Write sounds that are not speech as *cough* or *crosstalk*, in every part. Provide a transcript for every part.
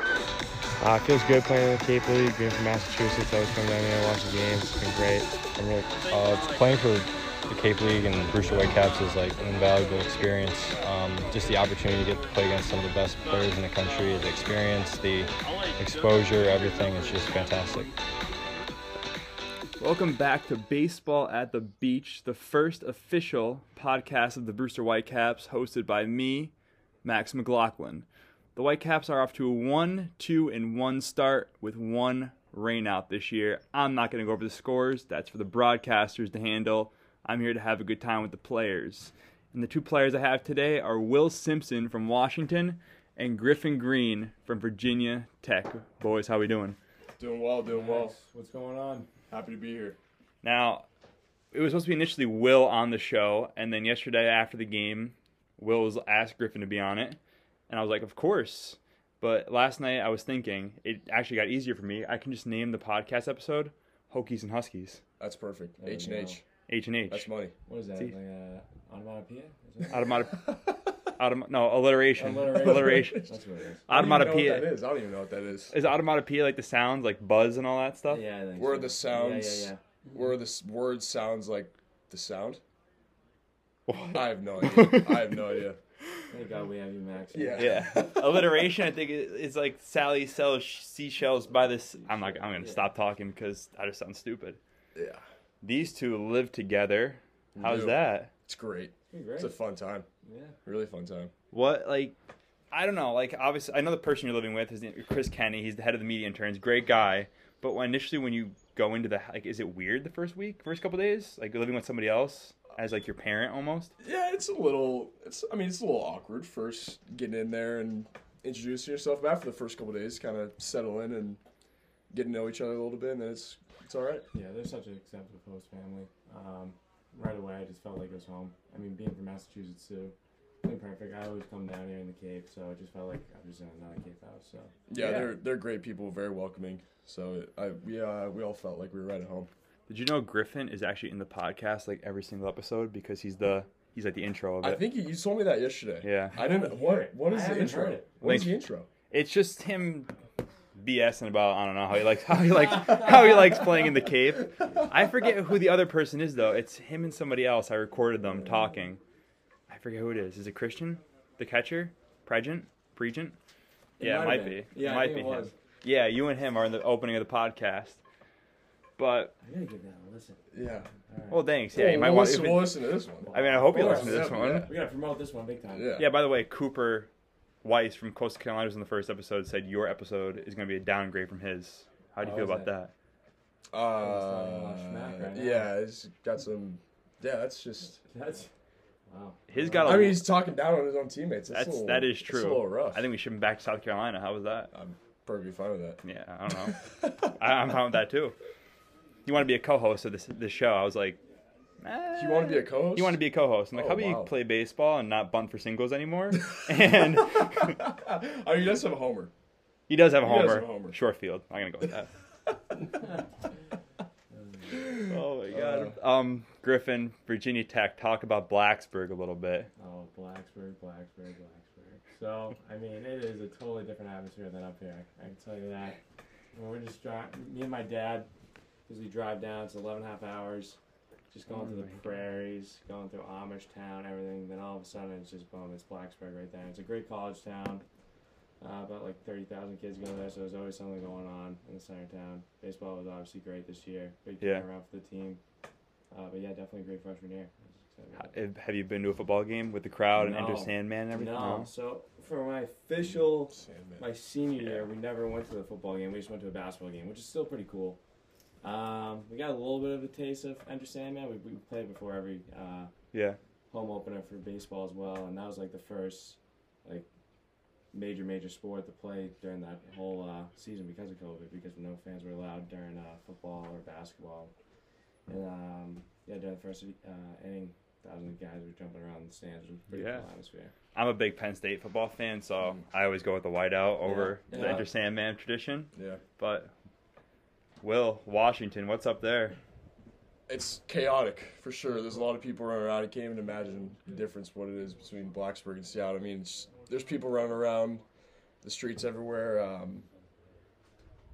Uh, it feels good playing in the Cape League. Being from Massachusetts, I always come down here and watch the games. It's been great. I'm really Uh, playing for the Cape League and Brewster Whitecaps is like an invaluable experience. Um, just the opportunity to get to play against some of the best players in the country, the experience, the exposure, everything is just fantastic. Welcome back to Baseball at the Beach, the first official podcast of the Brewster Whitecaps, hosted by me, Max McLaughlin. The Whitecaps are off to a 1 2 and 1 start with one rainout this year. I'm not going to go over the scores, that's for the broadcasters to handle. I'm here to have a good time with the players. And the two players I have today are Will Simpson from Washington and Griffin Green from Virginia Tech. Boys, how we doing? Doing well, doing well. What's going on? Happy to be here. Now, it was supposed to be initially Will on the show, and then yesterday after the game, Will was asked Griffin to be on it, and I was like, of course. But last night I was thinking it actually got easier for me. I can just name the podcast episode "Hokies and Huskies." That's perfect. There H and you go. H. H and That's H. money. What is that? See? Like uh, onomatopoeia? Is *laughs* that- Automata. *laughs* Autom- no alliteration. Alliteration. Alliteration. That's what it is. I don't even know what Automatopoeia. that is. I don't even know what that is. Is automatopoeia like the sounds like buzz and all that stuff? Yeah, I think Where so. the sounds, Yeah, yeah, where the s- word sounds like the sound. What? I have no idea. I have no idea. yeah. Thank God we have you, Max. *laughs* Yeah. Yeah. *laughs* *laughs* alliteration. I think is, is like Sally sells seashells by this. I'm not. I'm gonna Yeah. stop talking because I just sound stupid. Yeah, These two live together. How's do. that? it's great. Pretty It's great. a fun time. yeah. Really fun time. What like I don't know, like obviously I know the person you're living with, his name Chris Kenny, he's the head of the media interns, great guy. But when, initially when you go into the like is it weird the first week, first couple days? Like living with somebody else as like your parent almost? Yeah, it's a little. It's. I mean, it's a little awkward first getting in there and introducing yourself. But after the first couple of days, kind of settle in and get to know each other a little bit, and then it's it's all right. Yeah, they're such an accepting host family. Um, right away, I just felt like it was home. I mean, being from Massachusetts, too, been perfect. I always come down here in the Cape, so I just felt like I was in another Cape house. So Yeah, Yeah. they're they're great people, very welcoming. So I we uh, we all felt like we were right at home. Did you know Griffin is actually in the podcast like every single episode because he's the he's like the intro of it. I think you, you told me that yesterday. Yeah. I didn't. What what I is the haven't heard intro? it. What is Like- the intro? it's just him BSing about I don't know how he likes how he likes how he likes playing in the cave. I forget who the other person is though. It's him and somebody else. I recorded them talking. I forget who it is. Is it Christian, the catcher, Pregent, Pregent? yeah, it might might have be. been. Yeah, it I might think be it him. was. Yeah, you and him are in the opening of the podcast. But I gotta give that a listen. Yeah. well, thanks. Yeah, you Well, might we'll want. if listen, it- we'll listen to this one. I mean, I hope you Of listen to course, this one. yeah, We gotta promote this one big time. Yeah. Yeah, by the way, Cooper Weiss from Coastal Carolinas in the first episode said your episode is going to be a downgrade from his. How do you Oh, feel is about it? that? Uh, Smack right now. yeah, it's got some. Yeah, that's just. That's wow. His got a Uh, I mean, he's talking down on his own teammates. That's, a That's little, that is it's true. a little rough. Uh, I think we should him back to South Carolina. How was that? I'm perfectly fine with that. Yeah, I don't know. I, I'm fine with that too. You want to be a co-host of this this show? I was like, eh. You want to be a co-host? You want to be a co-host? I'm like, Oh, how about wow. you play baseball and not bunt for singles *laughs* anymore? and I mean, he does Oh, have a homer. he does have a He does homer. have a homer. Short field. I'm gonna go with that. *laughs* oh Uh, my god. um, Griffin, Virginia Tech. Talk about Blacksburg a little bit. Oh, Blacksburg, Blacksburg, Blacksburg. So, I mean, it is a totally different atmosphere than up here. I can tell you that. When we're just driving, me and my dad, because we drive down, it's 11 and a half hours, just going through the prairies, going through Amish town, everything. Then all of a sudden, it's just boom, it's Blacksburg right there. It's a great college town. Uh, about like 30,000 kids go there, so there's always something going on in the center of town. Baseball was obviously great this year. Big Yeah. turnaround for the team. Uh, but yeah, definitely a great freshman year. I was excited about it. Have- Have you been to a football game with the crowd and Enter No. Sandman and everything? No. So for my official, Sandman. my senior year, we never went to the football game. We just went to a basketball game, which is still pretty cool. Um, we got a little bit of a taste of Enter Sandman. We, we played before every uh, Yeah. home opener for baseball as well, and that was like the first like major major sport to play during that whole uh, season because of COVID, because no fans were allowed during uh, football or basketball. And um, yeah, during the first uh, inning, thousands of guys were jumping around the stands. It was a pretty Yeah. cool atmosphere. I'm a big Penn State football fan, so I always go with the whiteout over Yeah. the Mm. Yeah. Enter Sandman tradition. Yeah. But Will Washington, what's up there? it's chaotic for sure. There's a lot of people running around. I can't even imagine the difference what it is between Blacksburg and Seattle. I mean, it's, there's people running around the streets everywhere. Um,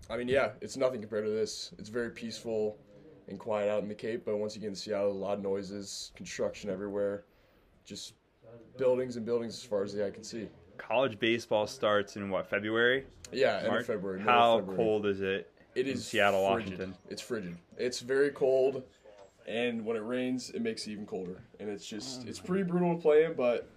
I mean, yeah, it's nothing compared to this. It's very peaceful and quiet out in the Cape, but once you get in Seattle, a lot of noises, construction everywhere, just buildings and buildings as far as the eye can see. College baseball starts in what February? Yeah, end March? of February. middle How of February. cold is it? It in is Seattle, frigid. Washington. It's frigid. It's very cold, and when it rains, it makes it even colder. And it's just it's pretty brutal to play in, but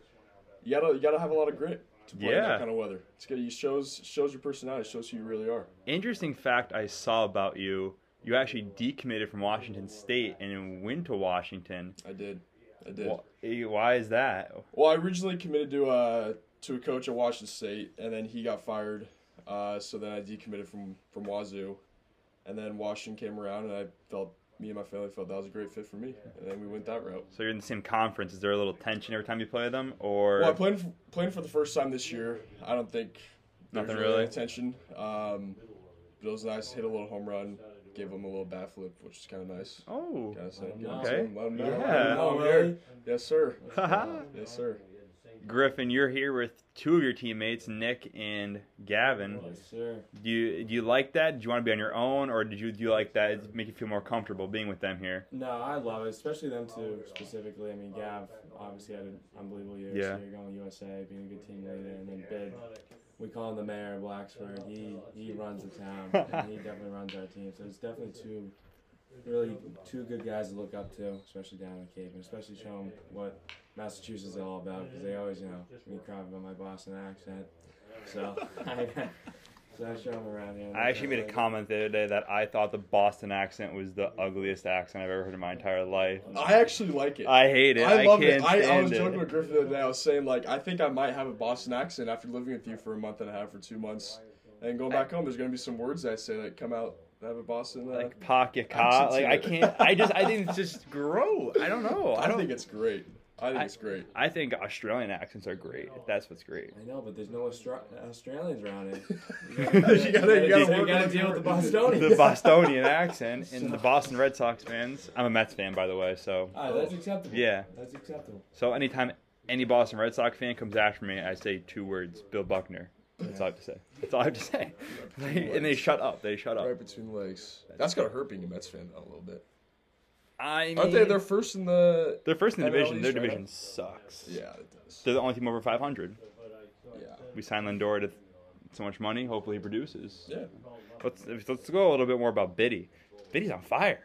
you gotta you gotta have a lot of grit to play in Yeah. that kind of weather. It's gonna it shows shows your personality, shows who you really are. Interesting fact I saw about you: you actually decommitted from Washington State and then went to Washington. I did, I did. Wh- eh, Why is that? Well, I originally committed to uh to a coach at Washington State, and then he got fired. Uh, so then I decommitted from from Wazoo, and then Washington came around, and I felt me and my family felt that was a great fit for me, and then we went that route. So you're in the same conference. Is there a little tension every time you play them, or Well, I played f- playing for the first time this year. I don't think there was Nothing any really? attention. Um, but it was nice. Hit a little home run. Gave him a little bat flip, which is kind of nice. oh, Gotta say, Let 'em give 'em know. some- let 'em know. Let 'em Yeah. know I'm Oh, here. really? Yes, sir. Haha. Yes, sir. *laughs* Griffin, you're here with two of your teammates, Nick and Gavin. Yes, sir. Do you do you like that? Do you want to be on your own, or did you do you like that? It make you feel more comfortable being with them here? No, I love it, especially them two specifically. I mean, Gav obviously had an unbelievable year. Yeah. So you're going USA, being a good team leader, and then Bid. We call him the mayor of Blacksburg. He he runs the town, *laughs* and he definitely runs our team. So it's definitely two really two good guys to look up to, especially down in the Cape, and especially show them what Massachusetts is all about because they always, you know, me cry about my Boston accent. So *laughs* I, so I show them around here. I actually made a comment the other day that I thought the Boston accent was the ugliest accent I've ever heard in my entire life. I actually like it. I hate it. I I, love can't it. I, I was stand joking it. with Griffin the other day. I was saying like I think I might have a Boston accent after living with you for a month and a half or two months, and going back home. There's gonna be some words that I say that come out that have a Boston. Uh, Like pocket cop. Like I can't. I just. I think it's just gross. I don't know. I don't think it's great. I think I- it's great. I think Australian accents are great. If that's what's *laughs* great. I know, but there's no Austra- Australians around it. *laughs* you gotta, *laughs* You gotta- you gotta You work gotta on deal your- with the Bostonians. the Bostonian *laughs* accent and the Boston Red Sox fans. I'm a Mets fan, by the way, so *laughs* All right, that's acceptable. Yeah. That's acceptable. so anytime any Boston Red Sox fan comes after me, I say two words: Bill Buckner. That's all I have to say. That's all I have to say. *laughs* and they shut up. They shut up. Right between the legs. Oh. That's gotta hurt being a Mets fan though, a little bit. I mean, Aren't they? They're first in the. they're first in the NL division. Their East, right? division sucks. E Yeah, it does. They're the only team over 500. Yeah, We signed Lindor to so much money. Hopefully, he produces. yeah. Let's let's go a little bit more about Biddy. Biddy's on fire,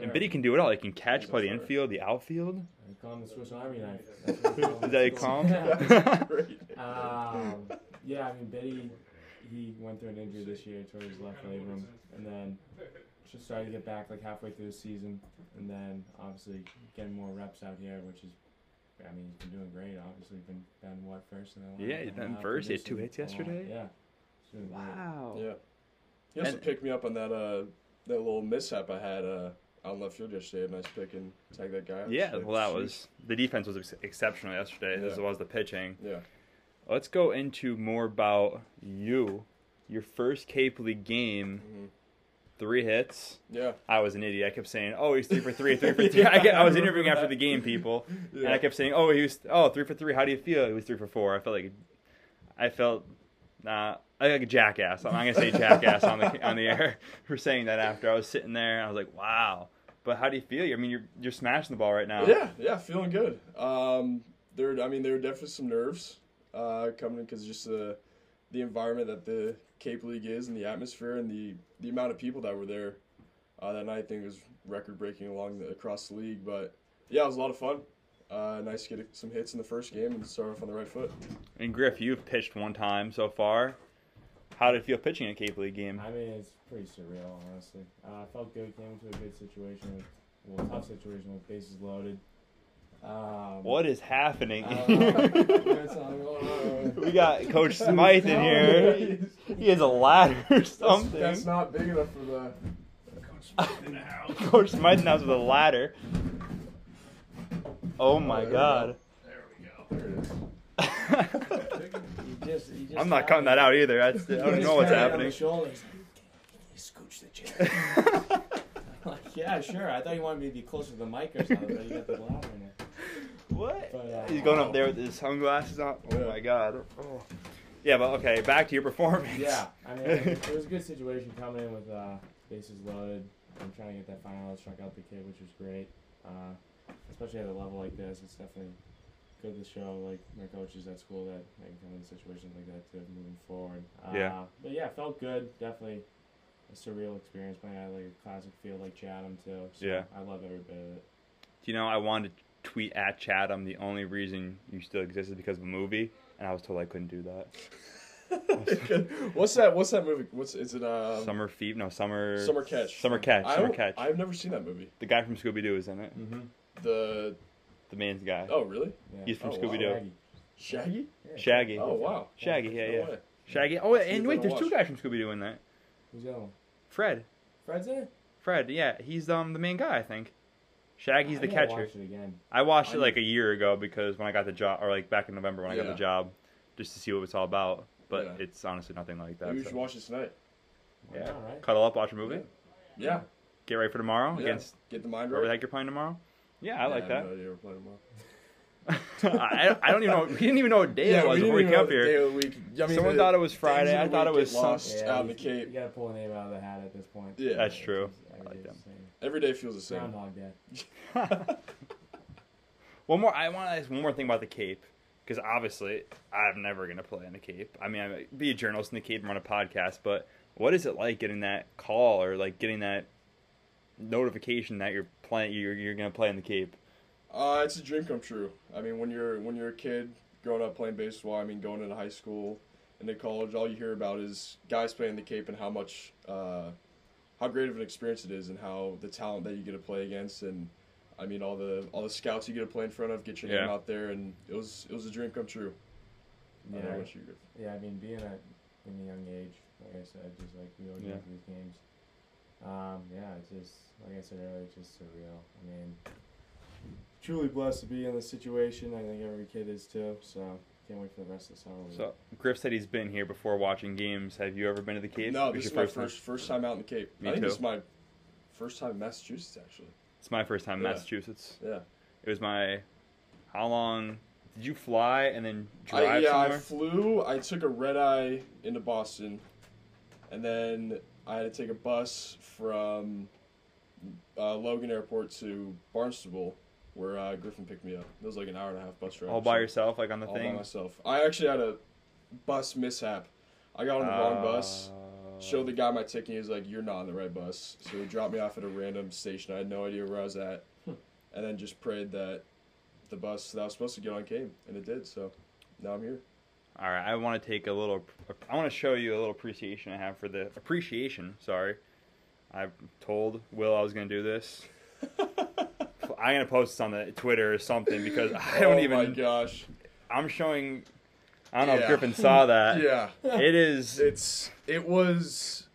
and Biddy can do it all. He can catch, play the infield, the outfield. We call him the Swiss *laughs* Army knife. That's what we call him. Is that a calm? *laughs* Great. *laughs* um, yeah, I mean, Biddy, he went through an injury this year toward his left labrum, and then just started to get back like halfway through the season, and then obviously getting more reps out here, which is, I mean, he's been doing great. Obviously, he's been been what first and then Yeah, he's been first. He had two hits yesterday. Oh, Yeah. He's doing great. Wow. Yeah. He also And- picked me up on that uh that little mishap I had uh on left field yesterday. A nice pick and tag that guy. out Yeah, yesterday. well, that was the defense was ex- exceptional yesterday, as Yeah. well as the pitching. Yeah. Let's go into more about you. Your first Cape League game, Mhm. three hits. Yeah. I was an idiot. I kept saying, "Oh, he's three for three, three *laughs* for three. I, kept- I was I remember interviewing after that. the *laughs* game, people, Yeah. and I kept saying, "Oh, he was oh three for three. How do you feel?" He was three for four. I felt like I felt uh, I like a jackass. I'm not gonna say jackass on the on the air *laughs* for saying that. After I was sitting there, and I was like, "Wow." But how do you feel? I mean, you're you're smashing the ball right now. Yeah, yeah, feeling good. Um, there, I mean, there were definitely some nerves uh, coming because just the the environment that the Cape League is, and the atmosphere, and the the amount of people that were there uh, that night. I think was record breaking along the, across the league. But yeah, it was a lot of fun. Uh, nice to get some hits in the first game and start off on the right foot. And Griff, you've pitched one time so far. How did it feel pitching a Cape League game? I mean, it's pretty surreal, honestly. Uh, I felt good. Came into a good situation, with, well, tough situation with bases loaded. Um, *laughs* uh, What is happening? *laughs* I don't know. That's all going on. we got Coach Smythe in *laughs* here. He has a ladder or something. Um, That's not big enough *laughs* for the. *laughs* Coach Smythe now with a ladder. Oh my there we god. There it is. You just- you *laughs* just I'm not got cutting it. that out either. That's, I You don't just know what's got it on *laughs* the happening. shoulders. Can you scooch the chair? *laughs* like, yeah, sure. I thought you wanted me to be closer to the mic or something, but you got the ladder in it. What? But, uh, He's going up there with his sunglasses on. Oh my god. Oh. Yeah, but okay, back to your performance. Yeah, I mean, it was a good situation coming in with uh, bases loaded and trying to get that final out, struck out the kid, which was great. Uh, especially at a level like this, it's definitely good to show like my coaches at school that they can come into situations like that too, moving forward. Uh, Yeah. But yeah, it felt good. Definitely a surreal experience playing at like a classic field like Chatham too. So Yeah. I love every bit of it. Do *laughs* you know I wanted to tweet at Chatham the only reason you still exist is because of a movie, and I was told I couldn't do that. what's that? What's that movie? What's is it? Um, Summer Fever, no Summer. Summer Catch. Summer Catch. I Summer don't- Catch. I've never seen that movie. The guy from Scooby Doo is in it. The The man's guy. oh really? Yeah. He's from Oh, wow. Scooby Doo. Shaggy. Shaggy? Yeah. Shaggy. Oh wow. Shaggy. Yeah, No yeah. way. Shaggy. Oh, and He's wait, gonna there's two watch. guys from Scooby Doo in that. Who's the other one? Fred. Fred's in it? Fred. Yeah, he's um the main guy, I think. Shaggy's I the gotta catcher. Watch it again. I watched I it like a year ago because when I got the job, or like back in November when I got Yeah. the job, just to see what it's all about. But Yeah. it's honestly nothing like that. Maybe we should so- watch it tonight. Yeah. All right. Cuddle up, watch a movie, Yeah. get ready for tomorrow yeah. against Get the mind whoever the right. heck you're playing tomorrow. Yeah, I like Yeah, that. have no idea we're playing tomorrow. *laughs* I, I don't even know. We didn't even know what day it was didn't before we even came know up the here. day of the week. I mean, Someone the thought it was days Friday. of the I thought it week was get some- lost Yeah, out of the you- Cape. You gotta pull a name out of the hat at this point. Yeah. That's It's true. just- I like it's that. the same. Every day feels the same. Groundhog Day. One more. I want to ask one more thing about the Cape, because obviously I'm never gonna play in the Cape. I mean, I might be a journalist in the Cape and run a podcast, but what is it like getting that call or like getting that notification that you're playing? You're you're gonna play in the Cape. Uh, it's a dream come true. I mean, when you're when you're a kid growing up playing baseball, I mean, going into high school, into college, all you hear about is guys playing the Cape and how much, uh, how great of an experience it is, and how the talent that you get to play against, and I mean, all the all the scouts you get to play in front of, get your name Yeah. out there, and it was it was a dream come true. I don't know Yeah. what you Yeah, I mean, being at in a young age, like I said, just like we always Yeah. yeah. these games. Um, yeah, it's just like I said earlier, it's just surreal. I mean, truly blessed to be in this situation. I think every kid is too. So can't wait for the rest of the summer. We- So Griff said he's been here before watching games. Have you ever been to the Cape? No, It's this is your my time? first first time out in the Cape. Me I think this too. is my first time in Massachusetts, actually. It's my first time in Yeah. Massachusetts. Yeah. It was my. How long did you fly and then drive I, yeah, I somewhere? flew. I took a red eye into Boston, and then I had to take a bus from uh, Logan Airport to Barnstable, where uh, Griffin picked me up. It was like an hour and a half bus ride. all by so- yourself, like on the All thing. by myself. I actually had a bus mishap. I got on the wrong bus. Uh, Showed the guy my ticket. He was like, "You're not on the right bus." So he dropped me off at a random station. I had no idea where I was at, and then just prayed that the bus that I was supposed to get on came, and it did. So now I'm here. All right, I want to take a little. I want to show you a little appreciation I have for the appreciation. Sorry, I told Will I was gonna do this. *laughs* I'm gonna post this on the Twitter or something because I don't *laughs* oh my even. gosh. I'm showing. I don't know Yeah. if Griffin saw that. *laughs* Yeah. It is. It's it was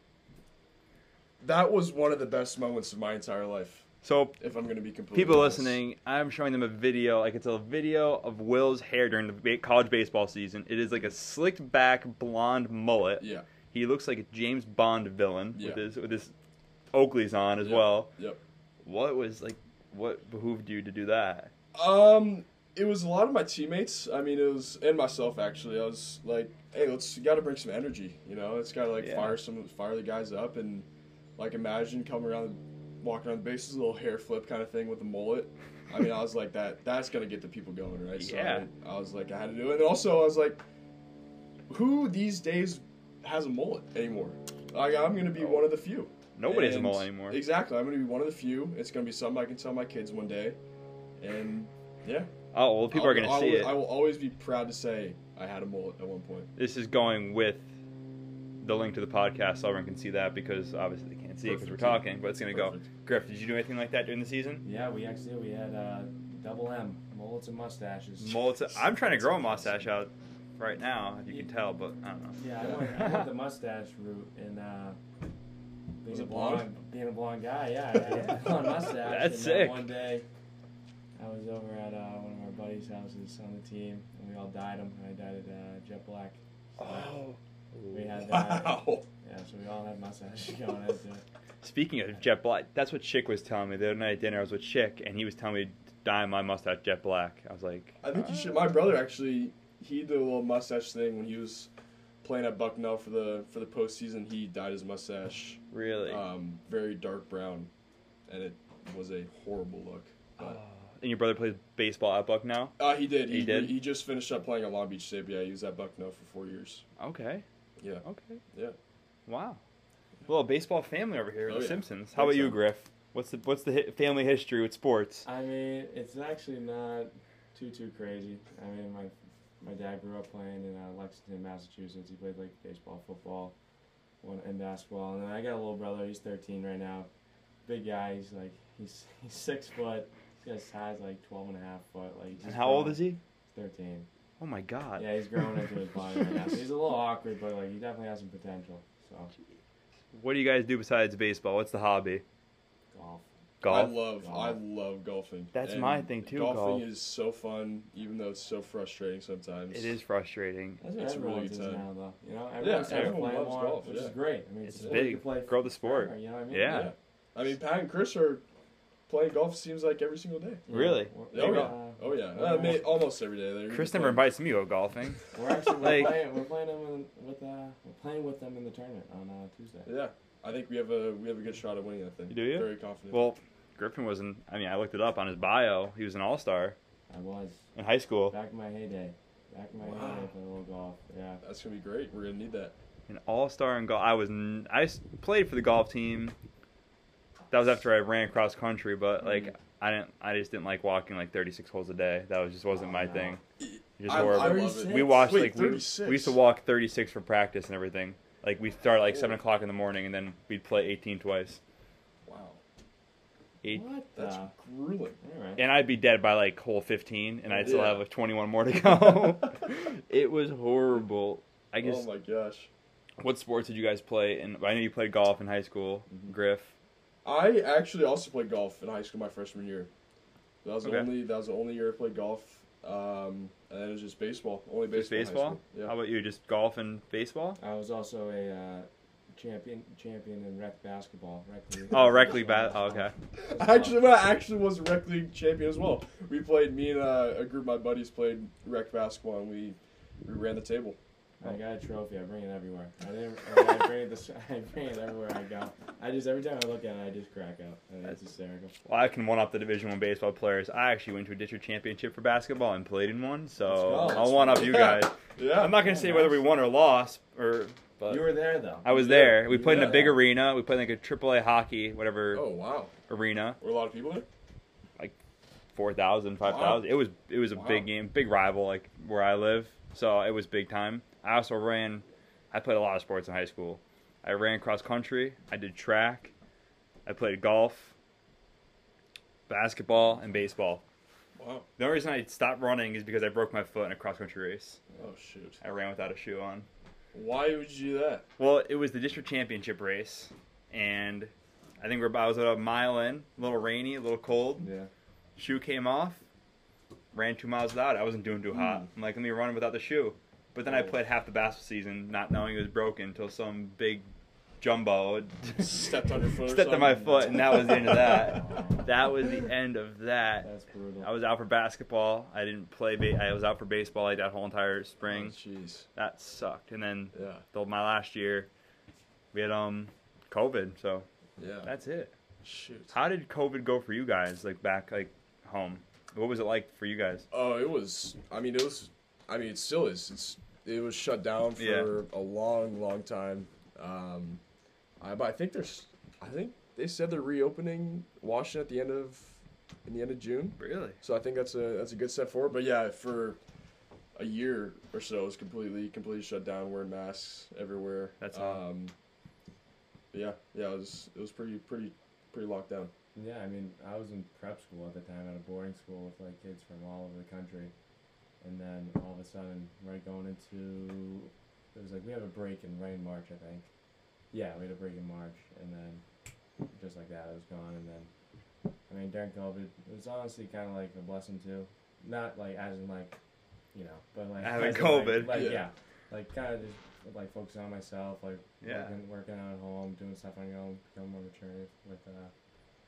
that was one of the best moments of my entire life, So if I'm gonna be completely people honest. listening, I'm showing them a video. Like it's a video of Will's hair during the ba- college baseball season. It is like a slicked back blonde mullet. Yeah. He looks like a James Bond villain Yeah. with his with his Oakleys on as Yeah. well. Yep. what was like what behooved you to do that Um it was a lot of my teammates. I mean it was and myself actually. I was like, hey, let's you gotta bring some energy, you know, it's gotta like Yeah. fire some fire the guys up and like imagine coming around walking on the bases, a little hair flip kind of thing with a mullet. I mean, I was like that. That's gonna get the people going, right? Yeah. So I, I was like, I had to do it. And also, I was like, who these days has a mullet anymore? Like, I'm gonna Oh. be one of the few. nobody has a And- mole anymore Exactly. I'm gonna be one of the few. It's gonna be something I can tell my kids one day. And yeah, oh well people I'll- are gonna I'll- see it I will always be proud to say I had a mullet at one point. this is going with the link to the podcast so everyone can see that because obviously they can't see it because we're Perfect. talking but it's gonna go Perfect. griff did you do anything like that during the season yeah, we actually we had uh, double M mullets and mustaches. Mullets, i'm trying to grow a mustache out right now if you can tell but i don't know yeah, I went, I went the mustache route and uh, being Was a it blonde? blonde, being a blonde guy. Yeah, I had a blonde mustache. That's and sick. Then one day, I was over at uh, one of our buddies' houses on the team, and we all dyed them. And I dyed it uh, jet black. So Oh. we had that. Wow. Yeah, so we all had mustaches *laughs* going into it. speaking of jet black that's what chick was telling me the other night at dinner i was with chick and he was telling me to dye my mustache jet black i was like I think you should. My brother actually, he did a little mustache thing when he was playing at Bucknell for the for the postseason, he dyed his mustache Really? um, very dark brown, and it was a horrible look. But, and your brother plays baseball at Buck now? uh, he did. He did? He just finished up playing at Long Beach State. but Yeah, he was at Bucknell for four years. Okay. Yeah. Okay. Yeah. Wow. Well, baseball family over here, Oh, The yeah. Simpsons. How about you, Excellent. Griff? What's the what's the hi- family history with sports? I mean, it's actually not too too crazy. I mean, my my dad grew up playing in uh, Lexington, Massachusetts. He played like baseball, football, one and basketball. And then I got a little brother. He's 13 right now. Big guy. He's like he's *laughs* he's six foot. He's got his size like 12 and a half foot. Like he's And just how old grown- is he? 13. Oh my God. Yeah, he's growing into his body right now. So he's a little awkward, but like he definitely has some potential. So What do you guys do besides baseball? What's the hobby? golf. Golf. I love I Golf. love golfing. That's my thing, too, Golfing golf. is so fun, even though it's so frustrating sometimes. It is frustrating. That's what It's everyone really does tight. now, though. You know, everyone starts everyone playing loves more, golf, which yeah. is great. I mean, It's a sport you big. can play Grow the sport. forever, you know what I mean? Yeah. I mean, Pat and Chris are playing golf. Seems like every single day. Really? We're, Oh we're, yeah. uh, oh yeah. we're I mean, almost every day. They're Chris they're never playing. invites me to go golfing. we're actually we're Like- playing we're playing them in, with uh we're playing with them in the tournament on uh, Tuesday. Yeah, I think we have a we have a good shot at winning that thing. Do you? Very confident. Well, Griffin was an. I mean, I looked it up on his bio. He was an all star I was in high school. back in my heyday. Back in my Wow. heyday, playing a little golf. Yeah. That's gonna be great. We're gonna need that. An all star in golf. I was. n- I s- played for the golf team. That was after I ran cross country, but like Mhm. I didn't. I just didn't like walking like 36 holes a day. That was just wasn't Oh, my no. thing. Just I- I horrible. love it. we watched Wait, like we, we 36? used to walk 36 for practice and everything. Like we start like seven o'clock in the morning and then we'd play 18 twice. Wow, Eight, What? that's the- grueling. uh, Anyway. and I'd be dead by like hole 15, and I'd still Yeah. have like 21 more to *laughs* go. it was horrible. I guess. oh my gosh. what sports did you guys play? And I know you played golf in high school, Mm-hmm. Griff. I actually also played golf in high school my freshman year. That was the Okay. only that was the only year I played golf. Um, and then it was just baseball. Only baseball. Just in high baseball. school. Yeah. How about you? Just golf and baseball. I was also a uh, champion champion in rec basketball. Rec league. Oh, rec league bat. Oh, okay. *laughs* Actually, well, I actually was a rec league champion as well. We played. Me and uh, a group of my buddies played rec basketball, and we we ran the table. I got a trophy. I bring it everywhere. I didn't. I bring it. This, *laughs* I bring it everywhere I go. I just every time I look at it, I just crack up. And it's hysterical. Well, I can one up the Division One baseball players. I actually went to a district championship for basketball and played in one, so Let's go. I'll Oh, one up you Yeah. guys. *laughs* Yeah. I'm not gonna say whether we won or lost, or but You were there though. Uh, I was there. We You played in a were big there. arena. We played in, like a AAA hockey, whatever Oh wow. arena. Were a lot of people there? 4,000, 5,000. It was it was a Wow. big game, big rival like where I live. So it was big time. I also ran I played a lot of sports in high school. I ran cross country, I did track, I played golf, basketball and baseball. Wow. The only reason I stopped running is because I broke my foot in a cross country race. Oh shoot. I ran without a shoe on. Why would you do that? Well, it was the district championship race and I think we're about I was about a mile in, a little rainy, a little cold. Yeah. shoe came off, ran two miles without it. I wasn't doing too hot. I'm like, let me run without the shoe. But then I played half the basketball season not knowing it was broken until some big jumbo *laughs* Stepped on your foot. or stepped on my something? foot, and that was the end of that. that was the end of that. That's brutal. I was out for basketball. I didn't play. Ba- I was out for baseball like that whole entire Oh, spring. Jeez. That sucked. And then Yeah. the, my last year, we had um COVID. So Yeah. that's it. Shoot. How did COVID go for you guys? Like back like home. What was it like for you guys? Oh, it was. I mean, it was. I mean, it still is. It's. It was shut down for Yeah. a long, long time. Um, I, but I think there's. I think they said they're reopening Washington at the end of, in the end of June. Really? So I think that's a that's a good step forward. But yeah, for a year or so, it was completely completely shut down, wearing masks everywhere. That's how- um. Yeah, yeah, it was it was pretty pretty pretty locked down. Yeah, I mean, I was in prep school at the time at a boarding school with like kids from all over the country, and then all of a sudden, right going into, it was like we have a break in right in March, I think. Yeah, we had a break in March, and then just like that, it was gone. And then, I mean, during COVID, it was honestly kind of like a blessing too. Not like as in like, you know, but like Having as in, like- COVID. Like, Yeah. yeah. like kind of just like focusing on myself, like Yeah. working, working out at home, doing stuff on your own, becoming more mature with. uh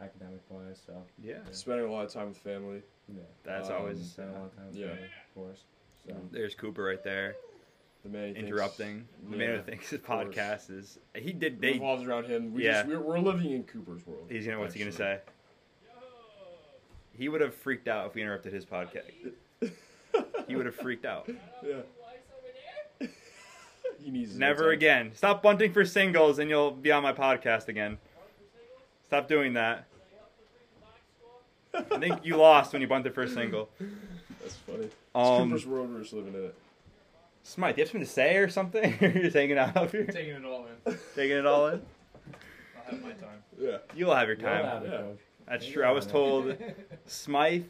academic wise, so Yeah. Spending a lot of time with family. yeah, That's Um, we always. spent a lot of time with Yeah. family, of course. So There's Cooper right there. the man he thinks interrupting. The man Yeah, who thinks his of course. podcast is he did they revolves around him. We Yeah. just, we're, we're living in Cooper's world. he's gonna what's he gonna actually. say? He would have freaked out if we interrupted his podcast. He would have freaked *laughs* out. yeah. *laughs* He needs his Never own time. again. Stop bunting for singles and you'll be on my podcast again. Stop doing that. I think you lost when you bunted for a single. That's funny. It's Um, Cooper's world. We're just living in it. Smite, do you have something to say or something? *laughs* You're just hanging out up here, Taking it all in. taking it all in. I'll have my time. Yeah. You'll have your You'll time. have it, Yeah. coach. That's true. I was told Smythe,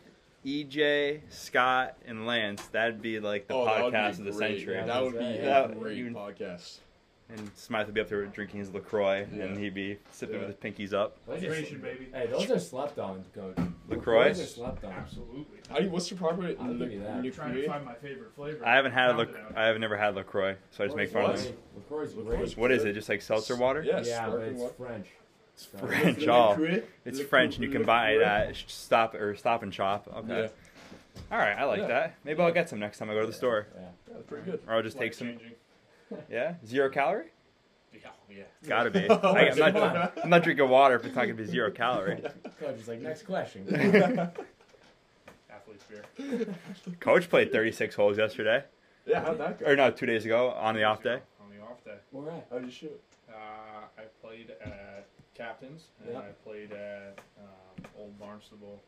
EJ, Scott, and Lance. That'd be like the Oh, that would be podcast of the great. century. Yeah. That would be a That- great you- podcast. And Smythe would be up there drinking his LaCroix, Yeah. and he'd be sipping Yeah. with his pinkies up. Those are Hydration, sl- baby. Hey, those are slept on, coach. LaCroix? Those are slept on. Absolutely. How do you, what's your proper I'll give you that. I'm trying to nuclear? find my favorite flavor. I haven't had a Found it LaCroix. out. I have never had LaCroix, so I just make fun of What? them. LaCroix's LaCroix's great. What is it? Just like seltzer water? Yes. Yeah, but sparkling it's *laughs* water. French. French, all. It's French, and you can buy it at Sh- Stop or Stop and Shop. Okay. All right, I like Yeah. that. Maybe I'll get some next time I go to the store, Yeah. That's pretty good. or I'll just take some. Life-changing. Yeah, zero calorie. Yeah, oh, yeah. Gotta *laughs* be. I, am not, I'm not drinking water if it's not gonna be zero *laughs* calorie. Coach is like, next question. *laughs* Athlete's beer. Coach played 36 holes yesterday, Yeah, how'd that go? or no, two days ago on the off day. On the off day. All right. How'd you shoot? Uh, I played at Captain's and Yeah. I played at um, Old Barnstable.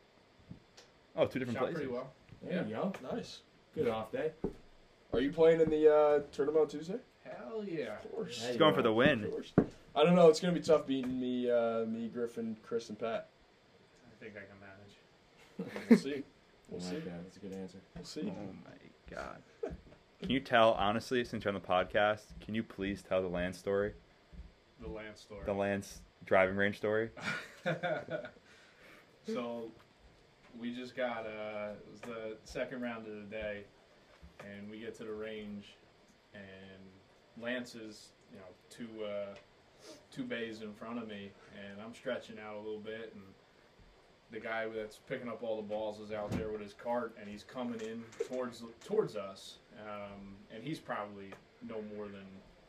Oh, two different Shot places. pretty well. There you go. Nice. Good off day. Are you playing in the uh, tournament on Tuesday? Hell yeah. Of course. Hey. He's going for the Of win. course. I don't know. It's gonna be tough beating me, uh, me, Griffin, Chris, and Pat. I think I can manage. We'll see. We'll I see. like that. Oh That's a good answer. We'll Oh see. my god. Can you tell honestly, since you're on the podcast, can you please tell the land story, The land store. the Lance driving range story? so we just got uh it was the second round of the day and we get to the range and Lance is, you know, two uh two bays in front of me and I'm stretching out a little bit and the guy that's picking up all the balls is out there with his cart and he's coming in towards towards us. Um, and he's probably no more than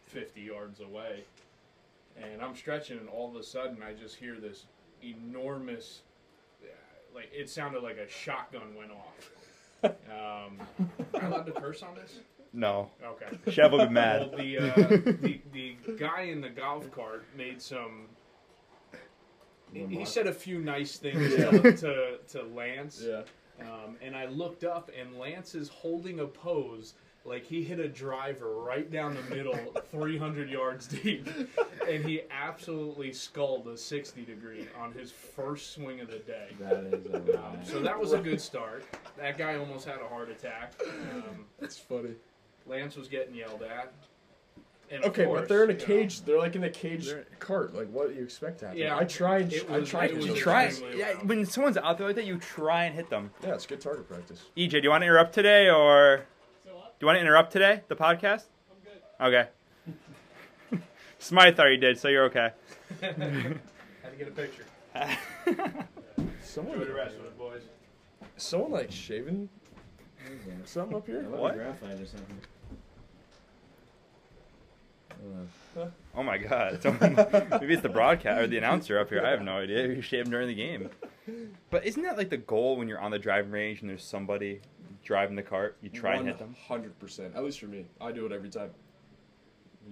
50 yards away. And I'm stretching and all of a sudden I just hear this enormous like it sounded like a shotgun went off. Um, am I allowed to curse on this? No, Okay. Chev will be *laughs* mad. Well, the, uh, the the guy in the golf cart made some. He, he said a few nice things to, to to Lance, Yeah. um, and I looked up, and Lance is holding a pose like he hit a driver right down the middle, 300 yards deep, and he absolutely sculled a 60 degree on his first swing of the day. That is uh, a lot. So that was a good start. That guy almost had a heart attack. Um, That's funny. Lance was getting yelled at. And of Okay, course, but they're in a you know, cage. They're like in a cage They're- cart. Like, what do you expect to happen? Yeah. I try and It I was- try it to was do a that. Try. extremely Yeah, loud. when someone's out there like that, you try and hit them. Yeah, it's good target practice. EJ, do you want to interrupt today, or do you want to interrupt today the podcast? I'm good. Okay. *laughs* Smythe already did, so you're okay. Had to get a picture. Enjoy Someone, the rest of it, boys. someone like shaving That something up here. *laughs* was What? graphite or something. I don't know. Oh my god. *laughs* Someone, maybe it's the broadcast or the announcer up here. I have no idea who shaved during the game. But isn't that like the goal when you're on the driving range and there's somebody driving the cart? You try and hit them. Hundred percent. At least for me, I do it every time.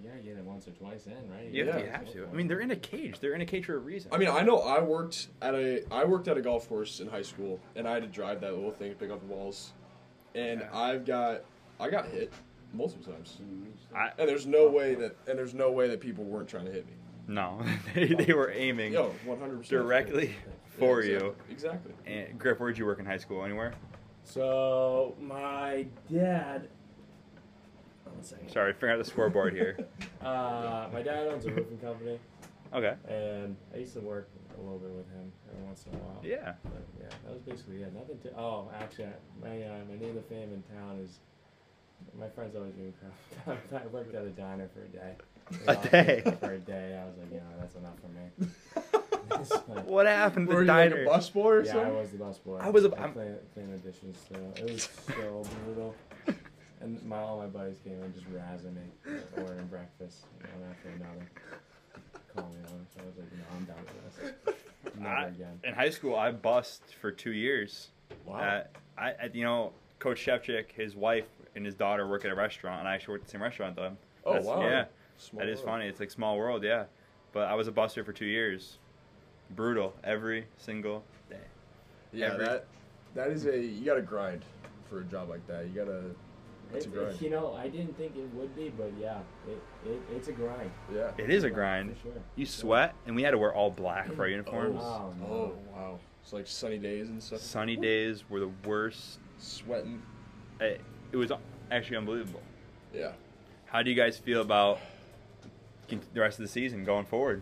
You gotta get it once or twice in, right? You have, Yeah. to, you have to. I mean, they're in a cage. They're in a cage for a reason. I mean, I know I worked at a I worked at a golf course in high school, and I had to drive that little thing to pick up the balls, and Yeah. I've got I got hit multiple times, I- and there's no way that and there's no way that people weren't trying to hit me. no, *laughs* they, they were aiming Yo, one hundred percent directly for you. Exactly. And Griff, where'd you work in high school? Anywhere? So my dad. One second. Sorry, figure out the scoreboard *laughs* here. Uh, my dad owns a roofing company, Okay. and I used to work a little bit with him every once in a while. Yeah. But yeah, that was basically it. Nothing to. Oh, actually, I- my uh, my name of fame in town is. My friends always do crap. *laughs* I worked at a diner for a day. They A offered day? me For a day, I was like, you know, that's enough for me. *laughs* *laughs* So- What happened to Were the you like a diner? bus boy or yeah, I something? was the busboy. I was a- I I'm- *laughs* clean, clean the dishes, so it was so brutal. And my all my buddies came in just razzing me, ordering breakfast one after another. Call me on, so I was like, no, I'm done with this. Never I- again. In high school, I bussed for two years. Wow. Uh, I, I, you know, Coach Shevchik, his wife and his daughter work at a restaurant, and I actually worked at the same restaurant with them. Oh, That's- wow. Yeah, Small that is world. funny. It's like small world, yeah. But I was a buster for two years. Brutal every single day. Yeah, Every- that that is a you gotta grind for a job like that. You gotta it's It- a grind. you know, I didn't think it would be, but yeah, it, it it's a grind. yeah. It is a grind. For sure. You sweat, and we had to wear all black for our uniforms. Oh, no. Oh wow. It's like sunny days and stuff. Sunny days were the worst. Sweating. It, it was actually unbelievable. Yeah. How do you guys feel about con- the rest of the season going forward?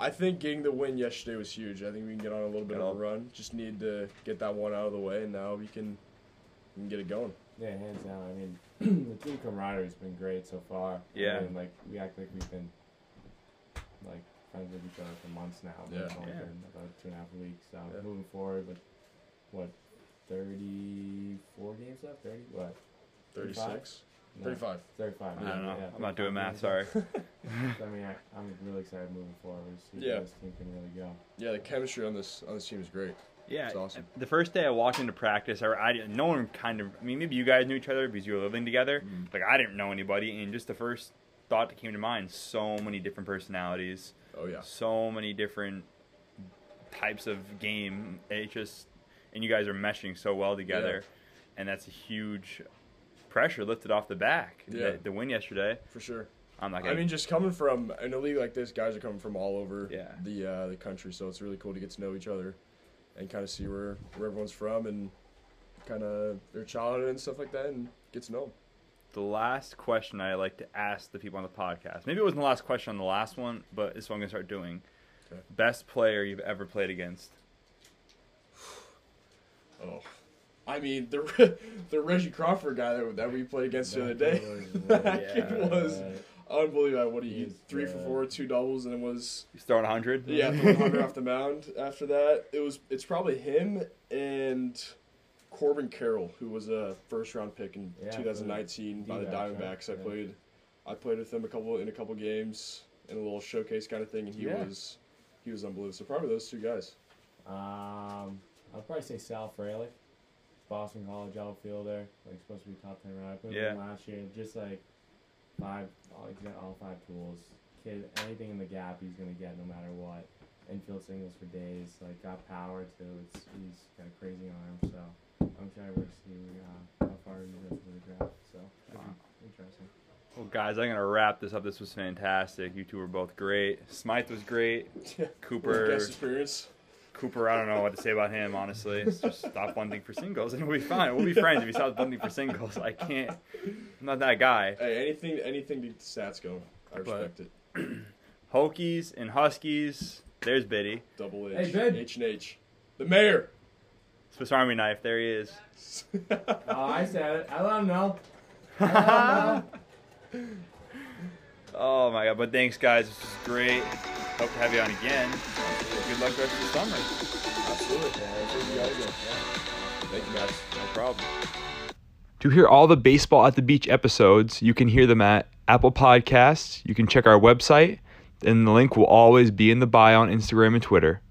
I think getting the win yesterday was huge. I think we can get on a little bit of a Yeah. run. Just need to get that one out of the way, and now we can we can get it going. Yeah, hands down. I mean, *clears throat* the team camaraderie has been great so far. Yeah. I mean, like we act like we've been like friends with each other for months now. but Yeah. It's only Yeah. been about two and a half weeks. So Yeah. moving forward with what, thirty-four games left? Thirty? What? 36? No, 35. 35. I don't know. yeah, I'm not doing 35 math. games Sorry. left. *laughs* I mean, I, I'm really excited moving forward. to See Yeah. where this team can really go. Yeah, the chemistry on this on this team is great. Yeah, It's awesome. The first day I walked into practice, I, I didn't. No one kind of. I mean, maybe you guys knew each other because you were living together. Mm-hmm. Like I didn't know anybody, and just the first thought that came to mind: so many different personalities, Oh yeah. so many different types of game. It just, and you guys are meshing so well together, and that's a huge pressure lifted off the back. Yeah. The, the win yesterday, For sure. I'm not. I Gonna, mean, just coming from in a league like this, guys are coming from all over Yeah. the uh, the country, so it's really cool to get to know each other and kind of see where where everyone's from and kind of their childhood and stuff like that, and get to know 'em. the last question I like to ask the people on the podcast. Maybe it wasn't the last question on the last one, but it's what I'm gonna start doing. Okay. Best player you've ever played against. Oh, I mean the *laughs* the Reggie Crawford guy that, that we played against the other That day. kid *laughs* was that really kid good. was unbelievable. What he He's three for good. four, two doubles, and it was He's throwing 100. yeah, throwing *laughs* hundred off the mound. After that, it was it's probably him and Corbin Carroll, who was a first round pick in Yeah, 2019 by the D-backs, right? Diamondbacks. I Yeah. played I played with him a couple in a couple games in a little showcase kind of thing, and he Yeah. was he was unbelievable. So probably those two guys. *laughs* Um, I'll probably say Sal Frelick, Boston College outfielder, like supposed to be top ten round. I played with him Yeah. last year, just like five, all, he's got all five tools. Kid, anything in the gap, he's gonna get no matter what. Infield singles for days. Like got power too. It's he's got a crazy arm. So I'm excited to see uh, how far he goes in the draft. So should be interesting. *laughs* Well, guys, I'm going to wrap this up. This was fantastic. You two were both great. Smythe was great. Cooper, Guest experience. Cooper, I don't know what to say about him, honestly. Just stop bunting for singles and we'll be fine. We'll be friends if he stops bunting for singles. I can't. I'm not that guy. Hey, anything anything to get the stats going. I But- respect it. Hokies and Huskies. There's Biddy. Double Hey, H. Ben. H and H. The mayor. Swiss Army knife. There he is. Oh, I said it. I let him know. Oh my god, but thanks guys, this is great. Hope to have you on again. Good luck the rest of the summer. Absolutely. Thank you guys. No problem. To hear all the Baseball at the Beach episodes, you can hear them at Apple Podcasts. You can check our website, and the link will always be in the bio on Instagram and Twitter.